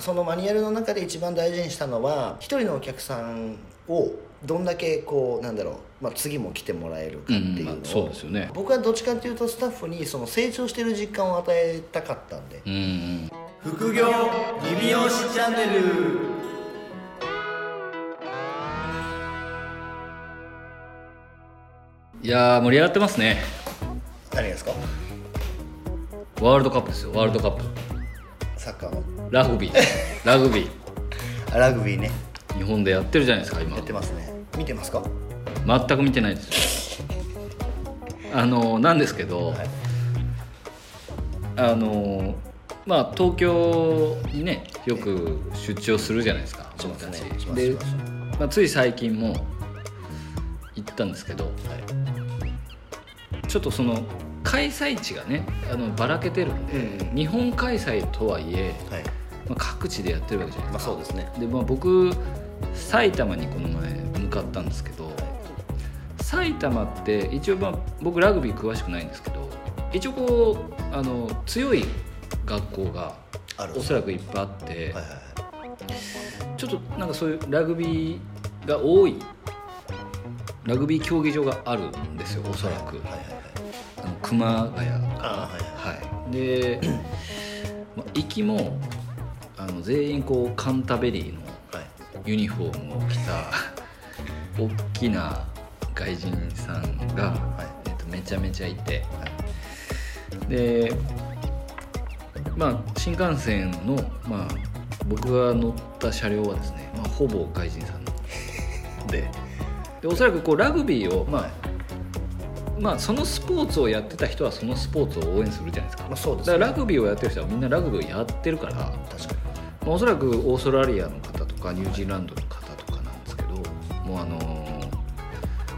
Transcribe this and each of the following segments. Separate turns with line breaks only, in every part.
そのマニュアルの中で一番大事にしたのは一人のお客さんをどんだけこうなんだろう、まあ、次も来てもらえるかっていうのを、
うんまあそうですよね
僕はどっちかっていうとスタッフにその成長してる実感を与えたかったんで
うんうん
副業リビオシチャンネル
いやー盛り上がってますね
何ですか
ワールドカップですよワールドカップ
サッカーの
ラグビーラグビー
あラグビーね
日本でやってるじゃないですか今
やってますね見てますか
全く見てないですあのなんですけど、
はい
あのまあ東京にねよく出張するじゃないですか
しますね
僕たち
します
で
します
まあ、つい最近も行ったんですけど
はい
ちょっとその開催地がねあのばらけてるんで、
うん
日本開催とはいえ、
はい
まあ、各地でやってるわけじゃない
ま
で
あ
すか、
そうですね
でまあ、僕埼玉にこの前向かったんですけど埼玉って一応、まあ、僕ラグビー詳しくないんですけど一応こうあの強い学校が
ある
おそらくいっぱいあって、
はいはいはい
ちょっとなんかそういうラグビーが多いラグビー競技場があるんですよおそらく、
はいはいはい
あの熊谷
ああはいはい
はい、で、まあ、行きもあの全員こうカンタベリーの
はい
ユニフォームを着た大きな外人さんが、
い
えっと、めちゃめちゃいて、で、まあ、新幹線の、まあ、僕が乗った車両はですね、まあ、ほぼ外人さんででおそらくこうラグビーを、まあまあ、そのスポーツをやってた人はそのスポーツを応援するじゃないですか
まあそうで
だ
す
か
ね
らラグビーをやってる人はみんなラグビーをやってるから、ま
確かに
あ、おそらくオーストラリアの方とかニュージーランドの方とかなんですけどもうあのー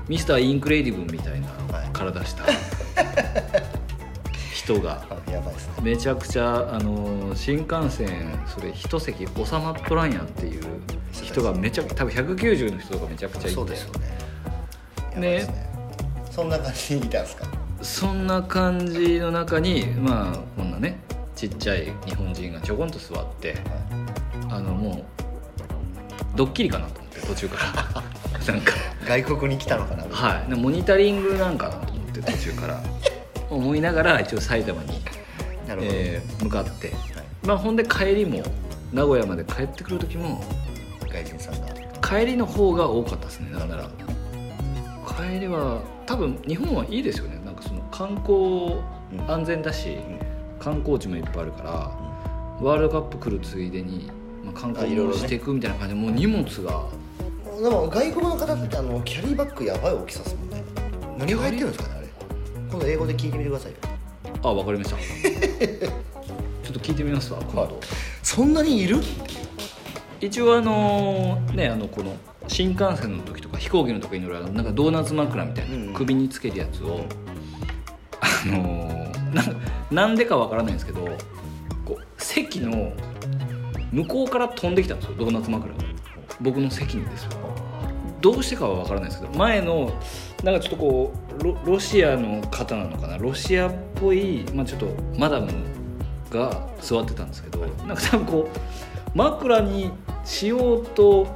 ミスターインクレイディブみたいな
はい
体した人が
あやばいですね
めちゃくちゃ、あのー新幹線それ一席収まっとらんやんっていう人がめちゃく多分190の人がめちゃくちゃいて
そうですよねやばい
ね
ですねそんな感じにいたんですか
そんな感じの中にまあこんなねちっちゃい日本人がちょこんと座って。あのもうドッキリかなと思って途中から なんか
外国に来たのかな
はいでモニタリングなんかなと思って途中から思いながら一応埼玉に、
なるほど、
えー向かって、
はい
まあ、ほんで帰りも名古屋まで帰ってくる時も
外人さんが
帰りの方が多かったですねなんなら帰りは多分日本はいいですよねなんかその観光
うん
安全だし、観光地もいっぱいあるから、ワールドカップ来るついでに、まあ、観
あ
光
いろいろ
も
ね
していくみたいな感じでもう荷物が
でも外国の方ってあのキャリーバッグやばい大きさですもんね何が入ってるんですかねあれ今度英語で聞いてみてくださいよ
あわかりました ちょっと聞いてみますわ今度、
そんなにいる
一応あのーねあのこの新幹線の時とか飛行機の時に俺はなんかドーナツ枕みたいな、
うんうん
首につけるやつをあのーなんなんでかわからないんですけどこう席の向こうから飛んできたんですよドーナツ枕が僕の席にですよどうしてかはわからないですけど前のなんかちょっとこうロロシアの方なのかなロシアっぽい、まあ、ちょっとマダムが座ってたんですけどなんか多分こう枕にしようと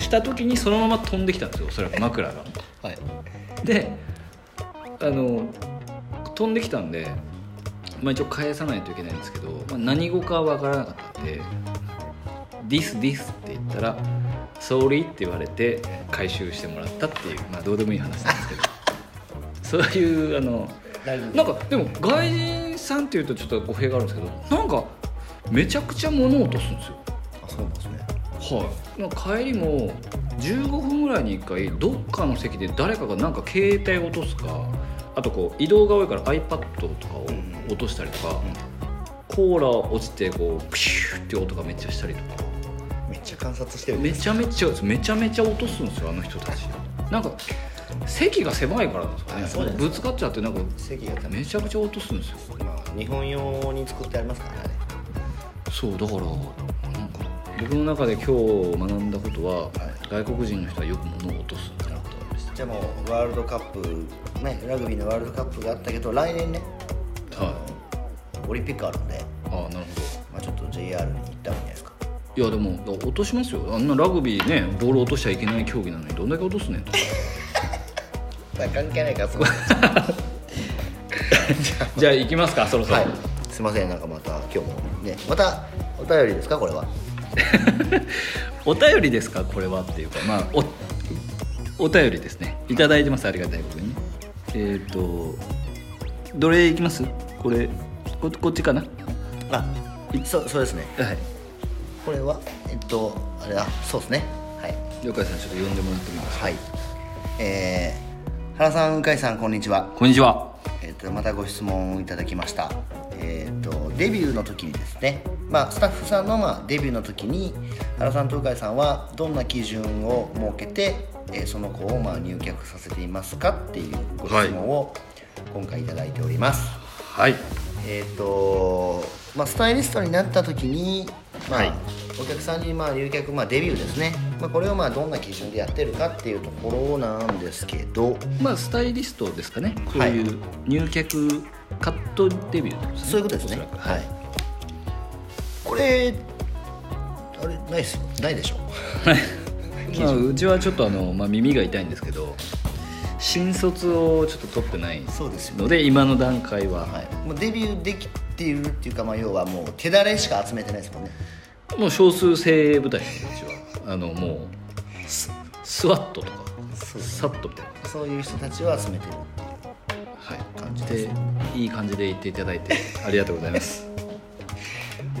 した時にそのまま飛んできたんですよおそらく枕が。
はい
であの飛んできたんで、まあ、一応返さないといけないんですけど、まあ、何語かわからなかったんで「This this」って言ったら「Sorry」って言われて回収してもらったっていうまあどうでもいい話なんですけど そういうあの
大丈夫
なんかでも外人さんっていうとちょっと語弊があるんですけどなんかめちゃくちゃ物を落とすんですよ。
あそうなんですね
はい、まあ帰りも15分ぐらいに1回どっかの席で誰かがなんか携帯を落とすかあとこう移動が多いから iPad とかを落としたりとか、コーラ落ちてこうピューって音がめっちゃしたりとか
めっちゃ観察してる
めちゃめちゃめちゃめちゃ落とすんですよあの人たちなんか席が狭いからなんですかね
あそうです
ぶつかっちゃってなんか
席が
めちゃくちゃ落とすんですよ
まあ日本用に作ってありますからね
そうだからなんか僕の中で今日学んだことは、外国人の人はよく物を落とすんだなと思いまし
じゃあもうワールドカップねラグビーのワールドカップがあったけど来年ね
たはい
オリンピックあるんで、
ああなる
まあ、ちょっと JR に行った方がいいんじゃないですか
いやでもだ落としますよあんなラグビーねボール落としちゃいけない競技なのにどんだけ落とすねん
まあ関係ないからそこ
じゃあ行きますかそろそろ、
はいすいませんなんかまた今日もねまたお便りですかこれは
お便りですかこれはっていうかまあおお便りですねいただいてますありがたいことにねえっ、とどれいきますこれここっちかな
あそうそうですね
はい
これはえっとあれだそうですねはい
了解さんちょっと呼んでもらってもいいですか
はいえー、原さん向井さんこんにちは
こんにちは
えっとまたご質問をいただきましたえっとデビューの時にですね、まあ、スタッフさんの、まあ、デビューの時に原さんと向井さんはどんな基準を設けて、えーその子を、まあ、入客させていますかっていうご質問を今回いただいております、
はい
えーとまあ、スタイリストになった時に、まあ
はい
お客さんにまあ留客、まあ、デビューですね、まあ、これをまあどんな基準でやってるかっていうところなんですけど
まあスタイリストですかねこう
はい
いう入客カットデビューってことですね
そういうことですね
おそらく
はいこれあれないっすよないでしょ
まあ、うちはちょっとあの、まあ、耳が痛いんですけど新卒をちょっと取ってない
そうですよ
ので今の段階は、
はい、もうデビューできているっていうか、まあ、要はもう手だれしか集めてないですもんね
もう少数精鋭部隊なんでうちはあのもうススワットとか
そうです
サットみたい
そういう人たちを集めてる
な、はい、
感
感
じ
じ
です
でいい感じで言っていただいてありがとうございます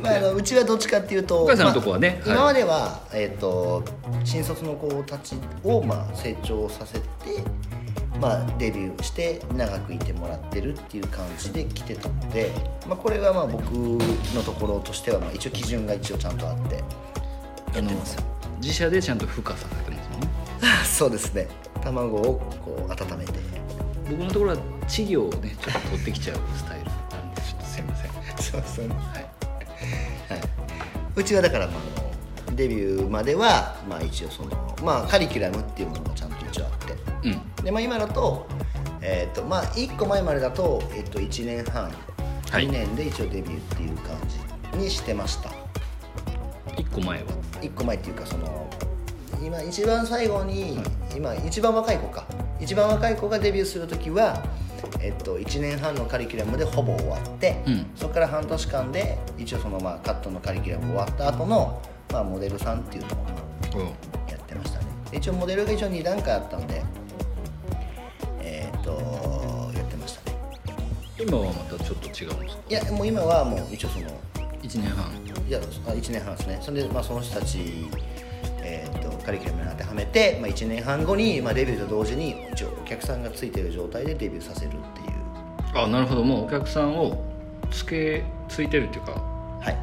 まあ、あのうちはどっちかっていうと
岡井さんのとこはね
まあ
はい
今までは、えっと新卒の子たちを、まあ、成長させて、まあ、デビューして長くいてもらってるっていう感じで来てたので、まあ、これがまあ僕のところとしては、まあ、一応基準が一応ちゃんとあ って やってますよ
あの自社でちゃんと孵化させてますもんね
そうですね卵をこう温めて
僕のところは稚魚をねちょっと取ってきちゃうスタイルなんでちょっとすいません、は
そうそう
い、
はい、うちはだから、まああの、デビューまでは、まあ、一応その、まあ、カリキュラムっていうものがちゃんと一応あっ
うん
てで、まあ、今だと,、えーとまあ、1個前までだと,、えっと1年半
はい
2年で一応デビューっていう感じにしてました、
1個前は
1個前っていうかその今一番最後に、今一番若い子か一番若い子がデビューする時は、えっと、1年半のカリキュラムでほぼ終わって、
うん
そこから半年間で一応その、まあ、カットのカリキュラム終わった後の、まあ、モデルさんっていうのをやってましたね一応モデルが一応2段階あったんでえっとやってましたね
今はまたちょっと違うんですか
いやもう今はもう一応その
1年半
いやあ1年半ですねそれで、まあ、その人たち、えー、とカリキュラムに当てはめて、まあ、1年半後に、まあ、デビューと同時に一応お客さんがついてる状態でデビューさせるっていう
あなるほどもうお客さんをつけついてるっていうか
はい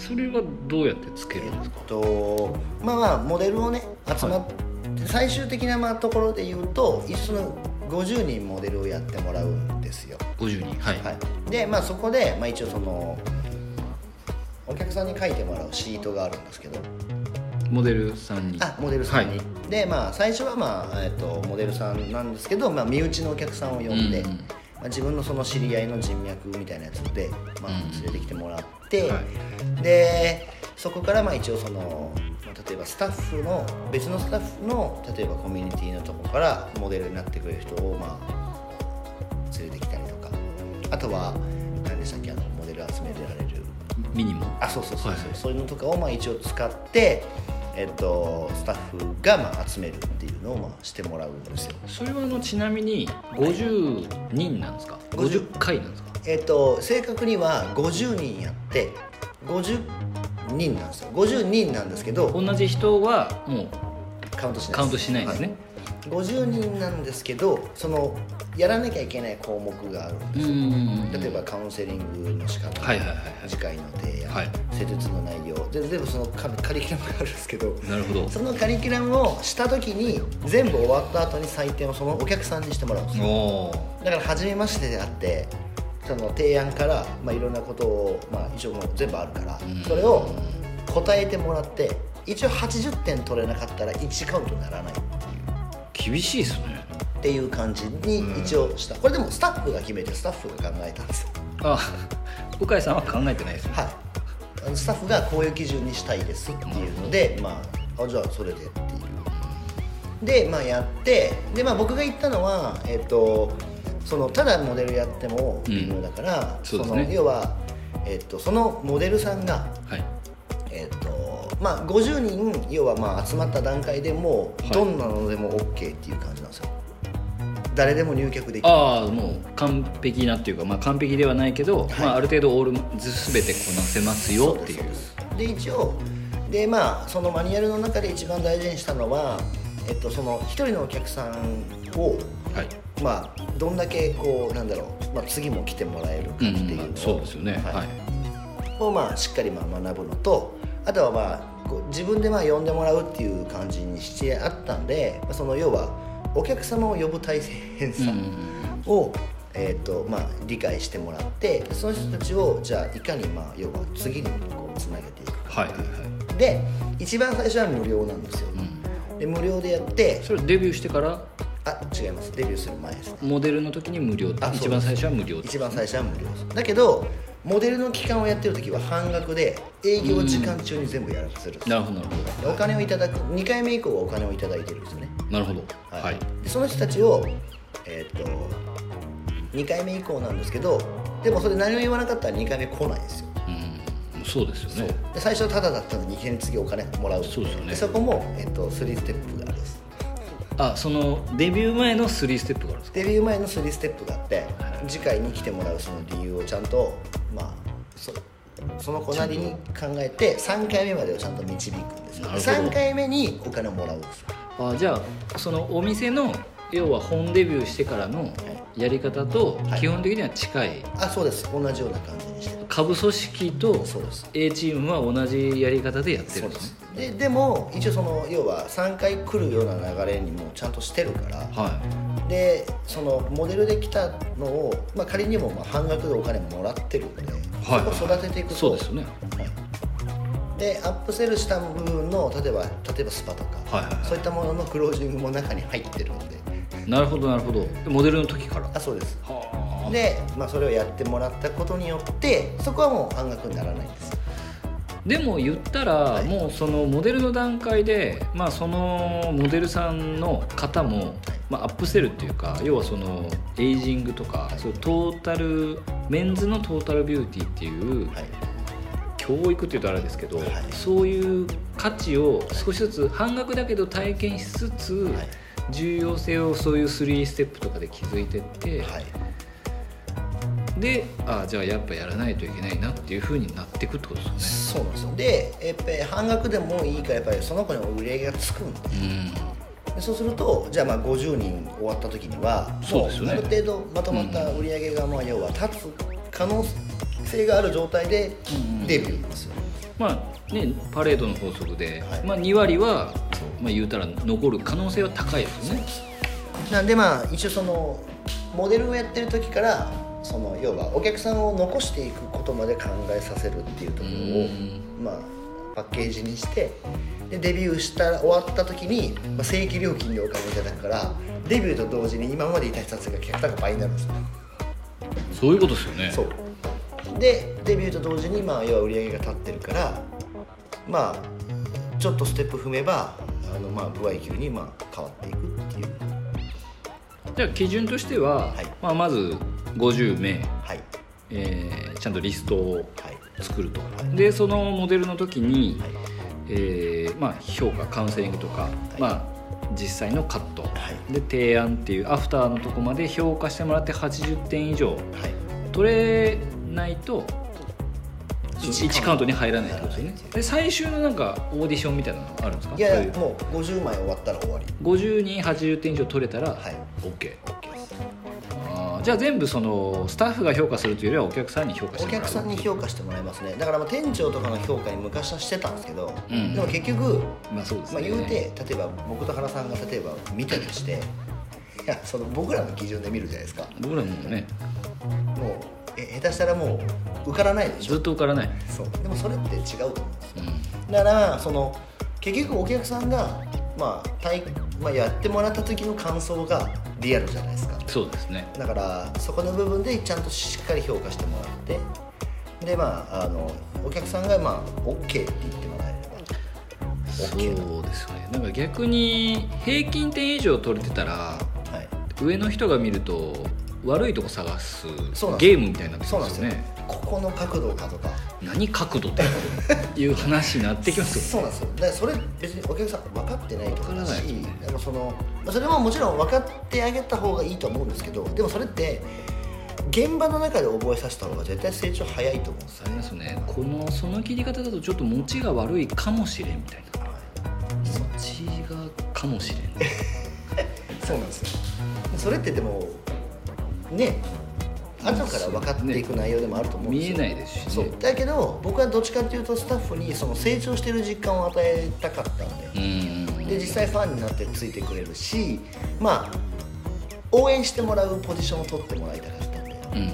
それはどうやってつけ
え
るんです
ー
か
っとまあまあモデルをね集まって、最終的なまあところで言うと一緒の50人モデルをやってもらうんですよ
50人はい、
はい、で、まあ、そこで、まあ、一応そのお客さんに書いてもらうシートがあるんですけど
モデルさんに
あモデルさんに、
はい
でまあ最初はまあ、えっとモデルさんなんですけど、まあ、身内のお客さんを呼んで、
うんうん
まあ、自分のその知り合いの人脈みたいなやつで、まあ
うん、
連れてきてもらって、
は
でそこからまあ一応そのまあ例えばスタッフの別のスタッフの例えばコミュニティのとこからモデルになってくれる人をまあ連れてきたりとかあとは何でしたっけあのモデル集められる
ミニも
あそうそうそうそう、
はい
そういうのとかをまあ一応使って、えっと、スタッフがまあ集めるっていうのをまあしてもらうんですよ
それはあのちなみに50人なんですか50回なんですか
えっと正確には50人やって50人なんですよ50人なんですけど
同じ人はもう
カウントしないです
カウントしないんですね、
はい50人なんですけどそのやらなきゃいけない項目がある
うんうんうん
例えばカウンセリングの仕方、
はいはいはいは
次回の提案、
はい
施術の内容で全部そのカ カリキュラムがあるんですけど
いなるほど
そのカリキュラムをした時に全部終わった後に採点をそのお客さんにしてもらうんですよ
おー
だから初めましてであってその提案から、まあ、いろんなことを、まあ、一応もう全部あるから
うん
それを答えてもらって一応80点取れなかったら1カウントにならない
厳しいですね
っていう感じに一応したこれでも スタッフが決めてスタッフが考えたんですよ
あ向井さんは考えてないですね
はいあのスタッフがこういう基準にしたいですっていうので、まあ、あじゃあそれでっていうで、まあ、やってで、まあ、僕が言ったのは、えっとそのただモデルやっても微妙だから、
うんそうですね
の要は、えっとそのモデルさんが
はい
えっとまあ、50人要はまあ集まった段階でも
はいう
どんなのでも OK っていう感じなんですよ、誰でも入客できる
ああもう完璧なっていうか、まあ、完璧ではないけど、まあ、ある程度オール全てこなせますよっていう
そうですそうですで一応でまあそのマニュアルの中で一番大事にしたのは、えっと、その一人のお客さんを
はい
まあどんだけこうなんだろう、まあ、次も来てもらえるかって
うん
いうのを、
うんそうですよねはい、
をまあしっかりまあ学ぶのとあとはまあこう自分でまあ呼んでもらうっていう感じにしてあったんでまあその要はお客様を呼ぶ大変
うん
さを、えーとまあ、理解してもらってその人たちをじゃあいかにまあ要は次にこうつなげていくか
はいはいはい、
で一番最初は無料なんですよ、
うん、
で無料でやって
それデビューしてから
あ違いますデビューする前ですね
モデルの時に無料
あそうです
一番最初は無料
一番最初は無料ですだけどモデルの期間をやってる時は半額で営業時間中に全部やらせるんです
なるほどなるほ
でお金をいただく2回目以降はお金をいただいてるんですよね、
どなるほどはい、
でその人たちをえーっと2回目以降なんですけどでもそれ何も言わなかったら2回目来ないんですよ
うんそうですよね
で最初はタダだったのに2回目次お金もらう
そうですよね
そこも、えーっと3ステップがあるんです
あそのデビュー前の3ステップがあるんですか
デビュー前の3ステップがあって次回に来てもらうその理由をちゃんとまあそその子なりに考えて3回目までをちゃんと導くんですよ
な
で
るほど
3回目にお金をもらうんですよ
あじゃあそのお店の要は本デビューしてからのやり方と
はい
基本的には近い
あそうです同じような感じにしてる
下部組織と
そうです
A チームは同じやり方でやって
そ
る
うんで
です
す
ね
ででも一応その要は3回来るような流れにもちゃんとしてるから
は
でそのモデルで来たのを、まあ、仮にもまあ半額でお金もらってるんで、
い
そこを育てていく
い
と
そうですよね
はいでアップセルした部分の例えば例えばスパとか、
はいはいはい
そういったもののクロージングも中に入ってるんで
なるほどなるほどモデルの時から
あそうです
は
で、まあ、それをやってもらったことによってそこはもう半額にならないんです
でも言ったら、もうそのモデルの段階で、まあ、そのモデルさんの方も、まあ、アップセルっていうか要はそのエイジングとか、そういうトータルメンズのトータルビューティーっていう、
はい
教育っていうとあれですけど、
はい
そういう価値を少しずつ半額だけど体験しつつ、
はい
重要性をそういう3ステップとかで気づいてって、
はい
であじゃあやっぱやらないといけないなっていうふうになっていくってことです
そうなんですよでやっぱり半額でもいいからやっぱりその子にも売り上げがつくんで
よね。
でそうするとじゃあまあ50人終わった時には
そうですよ
も
ね
ある程度まとまった売り上げがまあ要は立つ可能性がある状態でデビューなんですよ、
うんまあね、パレードの法則で、
はい
まあ、2割は、まあ、言うたら残る可能性は高いですね。
なんでまあ一応そのモデルをやってる時からその要はお客さんを残していくことまで考えさせるっていうところを
う
まあパッケージにしてでデビューした終わった時に、まあ、正規料金でお金いただくからデビューと同時に今までいた人たちが客単価倍になるんですよ
そういうことですよね
そうでデビューと同時にまあ要は売り上げが立ってるからまあちょっとステップ踏めばあのまあ不合級にまあ変わっていくっていう
じゃあ基準としては、
はい
まあ、まず50名、
はい
えーちゃんとリストを
はい
作るとでそのモデルの時に、
はい
えーまあ、評価カウンセリングとか、まあ、実際のカット、
い
で提案っていうアフターのとこまで評価してもらって80点以上
はい
取れないと
一
1カウントに入らないってことですね
入らない
で最終のなんかオーディションみたいなのあるんですか
いや
そう
いうやもう50枚終わったら終わり
50人80点以上取れたら
はい
OK、
OK です
あーじゃあ全部そのスタッフが評価するというよりはお客さんに評価して
お
もらう
客さんに評価してもらいますねだからまあ店長とかの評価に昔はしてたんですけど、
うん
でも結局、
まあそうです
まあ、
ね、
言うて例えば僕と原さんが例えば見たとしていやその僕らの基準で見るじゃないですか
僕らもね
もうえ下手したらもう受からないでしょ
ずっと受からない、
そうでもそれって違うと思うんですよ
う
だからその結局お客さんが、まあ、体まあやってもらった時の感想がリアルじゃないですか
ん、そうですね
だからそこの部分でちゃんとしっかり評価してもらってでまああのお客さんがまあ OK って言ってもらえれば
そうで
OK
すよねなんか逆に平均点以上取れてたら
はい
上の人が見ると悪いとこ探す
そうなんです
ゲームみたいになってき
そう
ま
なんですす
よ
よ
ね
ここの角度かとか
何角度っていう話になって きますよ
そうなんですよだからそれ別にお客さん分かってないとかだし
分からないですよね
でもそのそれももちろん分かってあげた方がいいと思うんですけどでもそれって現場の中で覚えさせた方が絶対成長早いと思うんです
あ
よ
りますよねこのその切り方だとちょっと持ちが悪いかもしれんみたいな持ちがかもし れん
そうなんですよそれってでもね後から分かっていく内容でもあると思うんで
見
す
え
よ、
ないですし
そう
ね
だけど僕はどっちかっていうとスタッフにその成長してる実感を与えたかったんで、
うん
で実際ファンになってついてくれるしまあ応援してもらうポジションを取ってもらいたかったんで
うん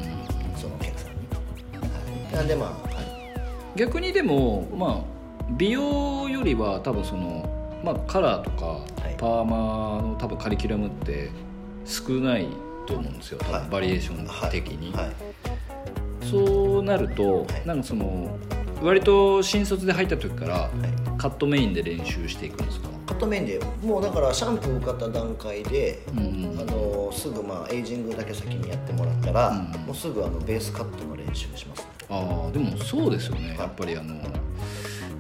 そのお客さんに、はい、なんでまあ、はい
逆にでもまあ美容よりは多分その、まあ、カラーとか
はい
パーマの多分カリキュラムって少ないと思うんですよ多
は
分
い
バリエーション的に、
はい
そうなると、
はい
なんかその割と新卒で入った時から
はい
カットメインで練習していくんですか、
カット面でもうだからシャンプー受かった段階で、
うんうん
あのすぐまあエイジングだけ先にやってもらったら、
うん
もうすぐあのベースカットの練習します
ああでもそうですよね
い
やっぱりあの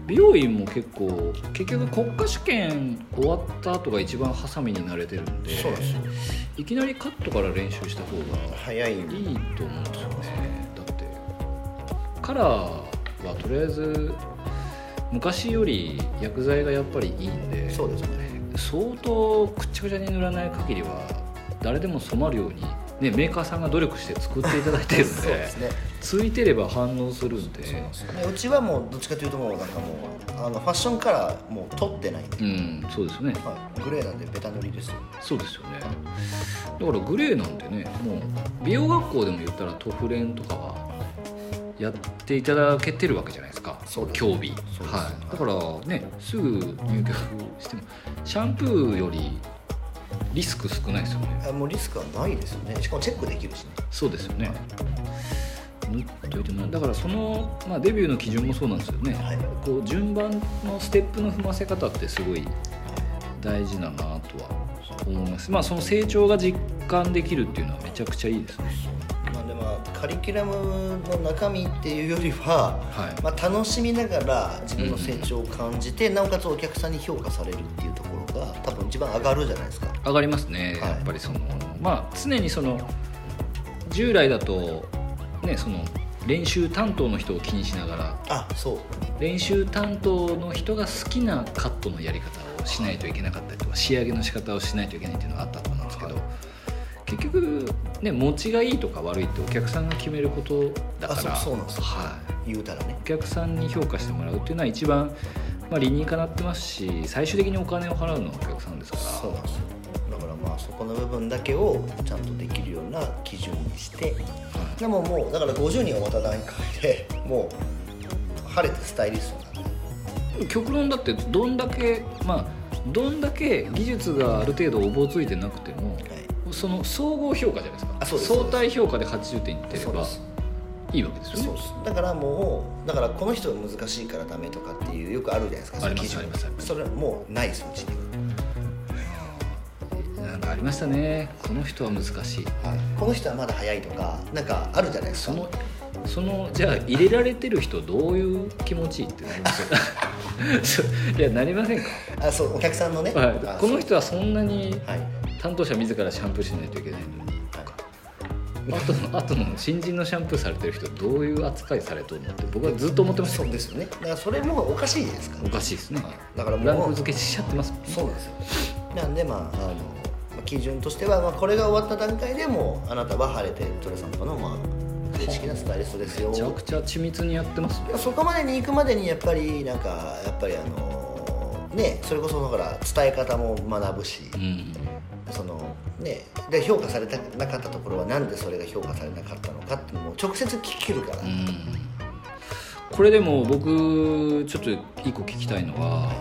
美容院も結構結局国家試験終わった後が一番ハサミに慣れてるんで
そうなんですよ
いきなりカットから練習した方が
早い
いいと思うんですよねだってカラーはとりあえず昔より薬剤がやっぱりいいんで
そうですね
相当くっちゃくちゃに塗らない限りは誰でも染まるように、ね、メーカーさんが努力して作っていただいてるんで
そうですね
ついてれば反応するんで
でうちはもうどっちかというともうなんかもうあのファッションからもう取ってないんで、
うんそうですよね
はい、グレーなんでベタ塗りですよ
そうですよねだからグレーなんてねもう美容学校でも言ったらトフレンとかはやっていただけてるわけじゃないですか
そうです
競技
そうです
はい、だからねすぐ入局してもシャンプーよりリスク少ないですよね
あもうリスクはないですよねしかもチェックできるしね
そうですよね塗っといてもらうだからその、まあ、デビューの基準もそうなんですよね、
はい
こう順番のステップの踏ませ方ってすごい大事だなとは思いますまあその成長が実感できるっていうのはめちゃくちゃいいですね
なんでまあカリキュラムの中身っていうよりは、
はい
まあ、楽しみながら自分の成長を感じて、なおかつお客さんに評価されるっていうところが多分一番上がるじゃないですか
上がりますね、
はい
やっぱりそのまあ常にその従来だとねその練習担当の人を気にしながら
あそう
練習担当の人が好きなカットのやり方をしないといけなかったりとか仕上げの仕方をしないといけないっていうのがあったと思うんですけど結局ね持ちがいいとか悪いってお客さんが決めることだから
あそうそうなんですよ
はい、
言うたらね
お客さんに評価してもらうっていうのは一番、まあ、理にかなってますし最終的にお金を払うのはお客さんですから
そうなんですよだからまあそこの部分だけをちゃんとできるような基準にしてでももうだから50人をまた段階でもう晴れてスタイリストになる
極論だってどんだけまあどんだけ技術がある程度おぼついてなくても
はい
その総合評価じゃないですか
あそうです
相対評価で80点いってれ
そうで
ば
す
いいわけですよね
そうですだからもうだからこの人が難しいからダメとかっていうよくあるじゃないですか
あります
その基準
ありますありま
それもうないですうちに
なんかありましたねこの人は難しい
は、い、この人はまだ早いとかなんかあるじゃないです
そ
か
のそのじゃあ入れられてる人どういう気持ちいいってなります よそういやなりませんか、
あそうお客さんのね、
はい、
あ
この人はそんなに
そうはい
担当者自らシャンプーしないといけないのにあとのあとの新人のシャンプーされてる人どういう扱いされとるのって僕はずっと思ってました
そうですよねだからそれもおかしいじゃないですか
おかしいですね
だからもう
ランク付けしちゃってますもんね
そうなんですよなんでまああのまあ基準としては、まあ、これが終わった段階でもうあなたは晴れてトレさんとかの、まあ、正式なスタイリストですよ
めちゃくちゃ緻密にやってますね
そこまでに行くまでにやっぱりなんかやっぱりあのねそれこそだから伝え方も学ぶし、
うん
そのねで評価されたなかったところはなんでそれが評価されなかったのかっていうのも直接聞けるから、
うんこれでも僕ちょっと一個聞きたいのは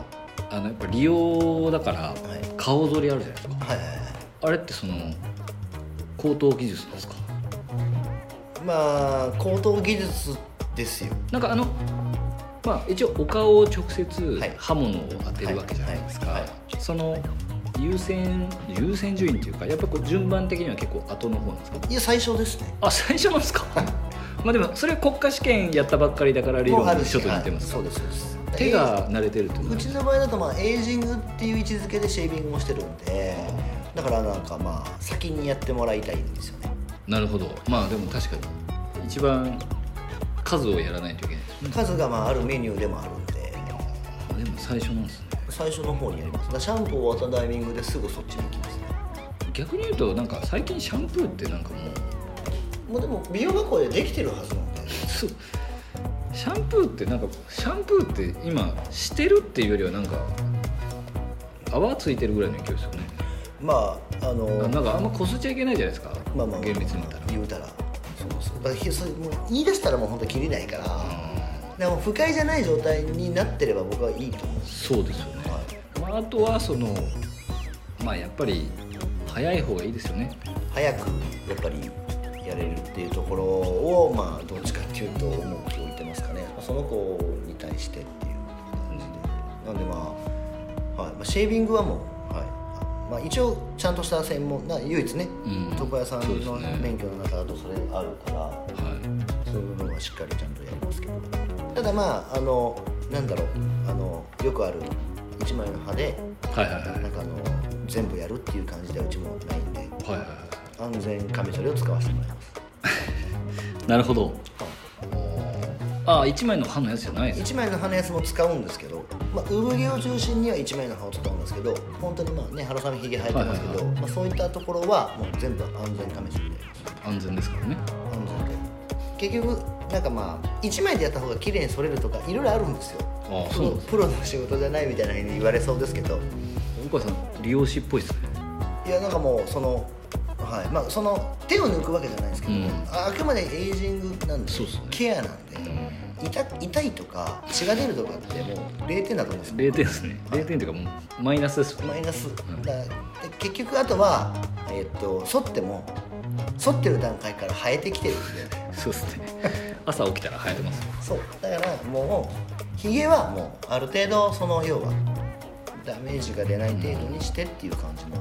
あのやっぱ利用だから
はい
顔ぞりあるじゃないですか
はいはいはい
あれってその高等技術なんですか
まあ高等技術ですよ
なんかあのまあ一応お顔を直接
はい
刃物を当てるわけじゃないですか、
はいはい
その優先優先順位っていうかやっぱこう順番的には結構後の方なんですか
いや最初ですね
あ最初なんですか まあでもそれ国家試験やったばっかりだから理論
る
に
し
ちょっと似てます、
はいそうですそうです
手が慣れてるって
え
こ
ー
と
うちの場合だとまあエイジングっていう位置づけでシェービングをしてるんでだからなんかまあ先にやってもらいたいんですよね
なるほどまあでも確かに一番数をやらないといけないですね
数がまああるメニューでもあるんで
あでも最初なんですね
最初の方にやりますだからシャンプー終わったタイミングですぐそっちに行きますね
逆に言うとなんか最近シャンプーってなんかもう
もうでも美容学校でできてるはずなんで
そうシャンプーってなんかシャンプーって今してるっていうよりはなんか泡ついてるぐらいの勢いですよね
まああの
あなんかあんまこすっちゃいけないじゃないですか、
まあまあ
厳密に言ったら
言うたらそうそうだからひそれもう言い出したらもう本当に切れないからでも不快じゃない状態になってれば僕はいいと思うんです
そうですよね、
は
まあ、あとはそのまあやっぱり早い方がいいですよね
早くやっぱりやれるっていうところをまあどっちかっていうと重きを置いてますかねその子に対してっていう感じでなんでまあ、はいまあ、シェービングはもう、はいまあ、一応ちゃんとした専門な唯一ね
うん
床屋さん
そうです
の
ね
免許の中だとそれあるから
は
そういうのはしっかりちゃんとやりますけどただまああのなんだろうあのよくある一枚の刃で
い、はいはいはい
なんかあの全部やるっていう感じではうちもないんで
はいはいは
安全カミソリを使わせてもらいます
いなるほどああ1枚の歯のやつじゃないです
1枚の刃のやつも使うんですけど、まあ、産毛を中心には1枚の刃を使うんですけど本当にまあね原さんひげ生えてますけど、
はいは
まあ、そういったところはもう全部安全カメソリで
安全ですからね
安全で結局なんかまあ1枚でやった方が綺麗に剃れるとかいろいろあるんですよ
ああそうなんです
プロの仕事じゃないみたいなふうに言われそうですけど
岡さん利用師っぽいですね
いやなんかもうそのはいまあその手を抜くわけじゃないですけど、
うん
ああくまでエイジングなんで
そうっすね
ケアなんで、痛痛いとか血が出るとかってもう0点だと思うんですよ
0点ですね0点っていうかもうマイナスですよ
マイナス
ん
だで結局あとは、えっと剃っても剃ってる段階から生えてきてるんで
そうです ね朝起きたら生えてます
そうだからもうひげはもうある程度その要はダメージが出ない程度にしてっていう感じなんで、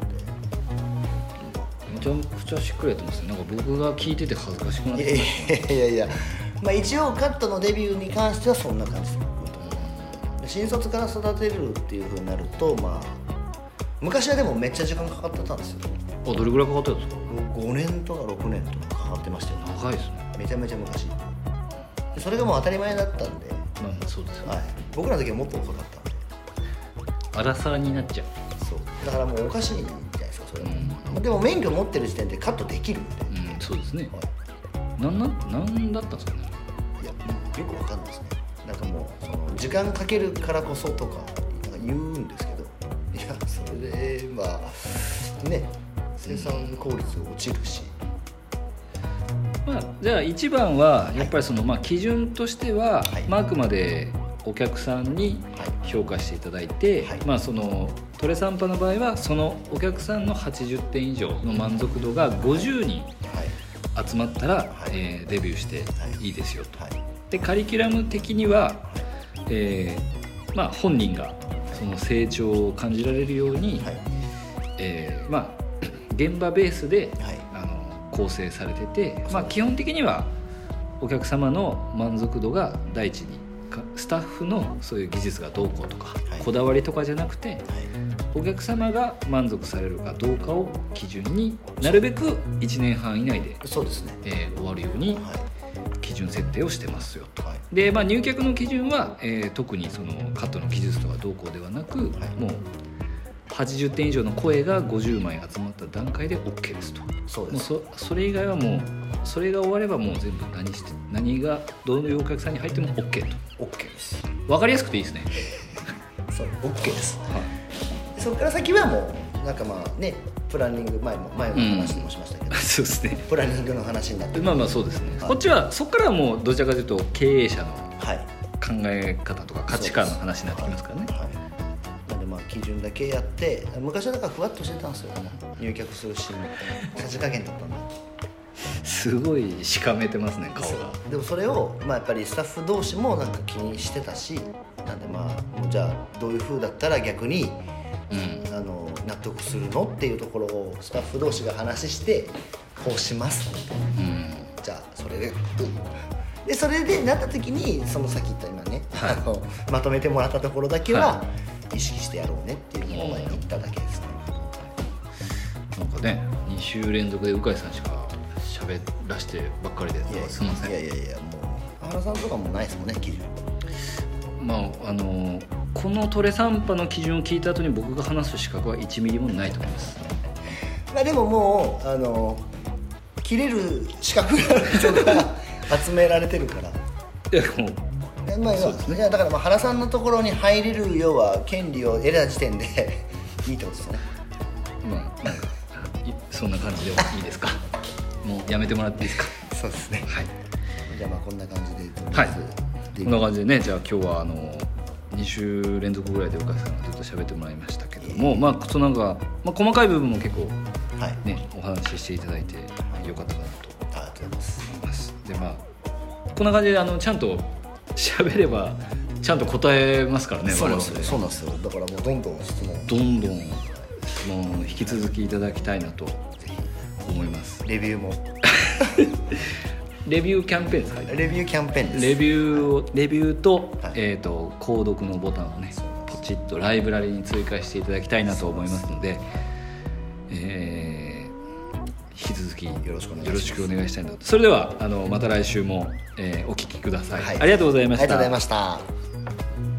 めちゃくちゃしっくりやってますねなんか僕が聞いてて恥ずかしくなっ
い
て
やいやいやいやまあ一応カットのデビューに関してはそんな感じですで新卒から育てるっていうふうになるとまあ昔はでもめっちゃ時間かかってたんですよ
あどれぐらいかかったんですか
5年とか6年とかかかってましたよ
長いですね
めちゃめちゃ昔でそれがもう当たり前だったんで、
まあまあそうですよね
はい、僕らの時はもっと遅かったんで
アラサーになっちゃう
そうだからもうおかしいじゃないですかそれは、
う
でも免許持ってる時点でカットできるんで、
うんそうですね
はい
なんななんだったんですかね
いやよくわかんないですねなんかもうその時間かけるからこそとかなんか言うんですけどいやそれでまあね生産効率落ちるし、
まあ、じゃあ一番はやっぱりその、まあ、基準としては、
はい
まああくまでお客さんに
はい
評価していただいて、
はい
まあ、そのトレサンパの場合はそのお客さんの80点以上の満足度が50人
はい
集まったら、
い
えーデビューしていいですよと。
はい
でカリキュラム的には、えーまあ、本人がその成長を感じられるように、
はい
えーまあ、現場ベースで
はい
あの構成されてて、まあ、基本的にはお客様の満足度が第一にかスタッフのそういう技術がどうこうとか、
はい
こだわりとかじゃなくて
はい
お客様が満足されるかどうかを基準になるべく1年半以内で、
そうですね
えー終わるように
は
基準設定をしてますよと。
いはい
でまあ、入客の基準は、えー特にそのカットの技術とかどうこうではなく、
はい
もう80点以上の声が50枚集まった段階で OK ですと。
そう
も
で
う
す
そそれ以外はもうそれが終わればもう全部何して何がどのお客さんに入っても OK と
OK です
分かりやすくていいですね、
そう OK ですそこから先はもうなんかまあねプランニング前も前の話でもしましたけど、
そうですね
プランニングの話になって
まあまあそうですね、
はい
こっちはそこからはもうどちらかというと経営者の
はい
考え方とか価値観の話になってきますからね
はい、なんでまあ基準だけやって昔はだからふわっとしてたんですよ、入客するシーンのさじ加減だったんだ
すすごいしかめてますね顔が
でもそれを、まあ、やっぱりスタッフ同士もなんか気にしてたしなんでまあもうじゃあどういう風だったら逆に
うん
あの納得するのっていうところをスタッフ同士が話してこうしますみたいな
うん
じゃあそれでうんでそれでなった時にそのさっき言った今ね、
はい
あのまとめてもらったところだけは
は
意識してやろうねっていうのをまあ言っただけですね
なんかね2週連続で鵜飼さんしか喋らしてばっかりで
いやいや
すいません
いやいやいやもう原さんとかもないですもんね基準
まああのこのトレサンパの基準を聞いた後に僕が話す資格は1ミリもないと思います
まあでももうあの切れる資格がある人が 集められてるから
いやもう
でまあ
そうですね
いやだからまあ原さんのところに入れる要は権利を得た時点で いいってことですよね
まあなんかいそんな感じでいいで すかもうやめてもらっていいですか
そうですね
はい
じゃあまあこんな感じでとりあ
は
え
い
ずで
こんな感じでねじゃあ今日はあの2週連続ぐらいで鵜飼さんがずっと喋ってもらいましたけどもまあそうなんか、まあ、細かい部分も結構
はい
ねお話ししていただいてよかったかなと
ありがとうございます
思いますでまあこんな感じであのちゃんと 喋ればちゃんと答えますからね
そうなんです
我
よそうなんですよだからもうどんどん質問
々どんどん質問を引き続きいただきたいなと思います
レビューも
レビューキャンペーンですか
レビューキャンペーンです
レビューをレビューと,、
はい
えー、と購読のボタンをねポチッとライブラリに追加していただきたいなと思いますので、えー引き続きよ
ろしくお願いします
よろしくお願いしたいなとそれではあのまた来週も、えーお聞きください、
はい
ありがとうございま
ありが
し
とうござ
た
いました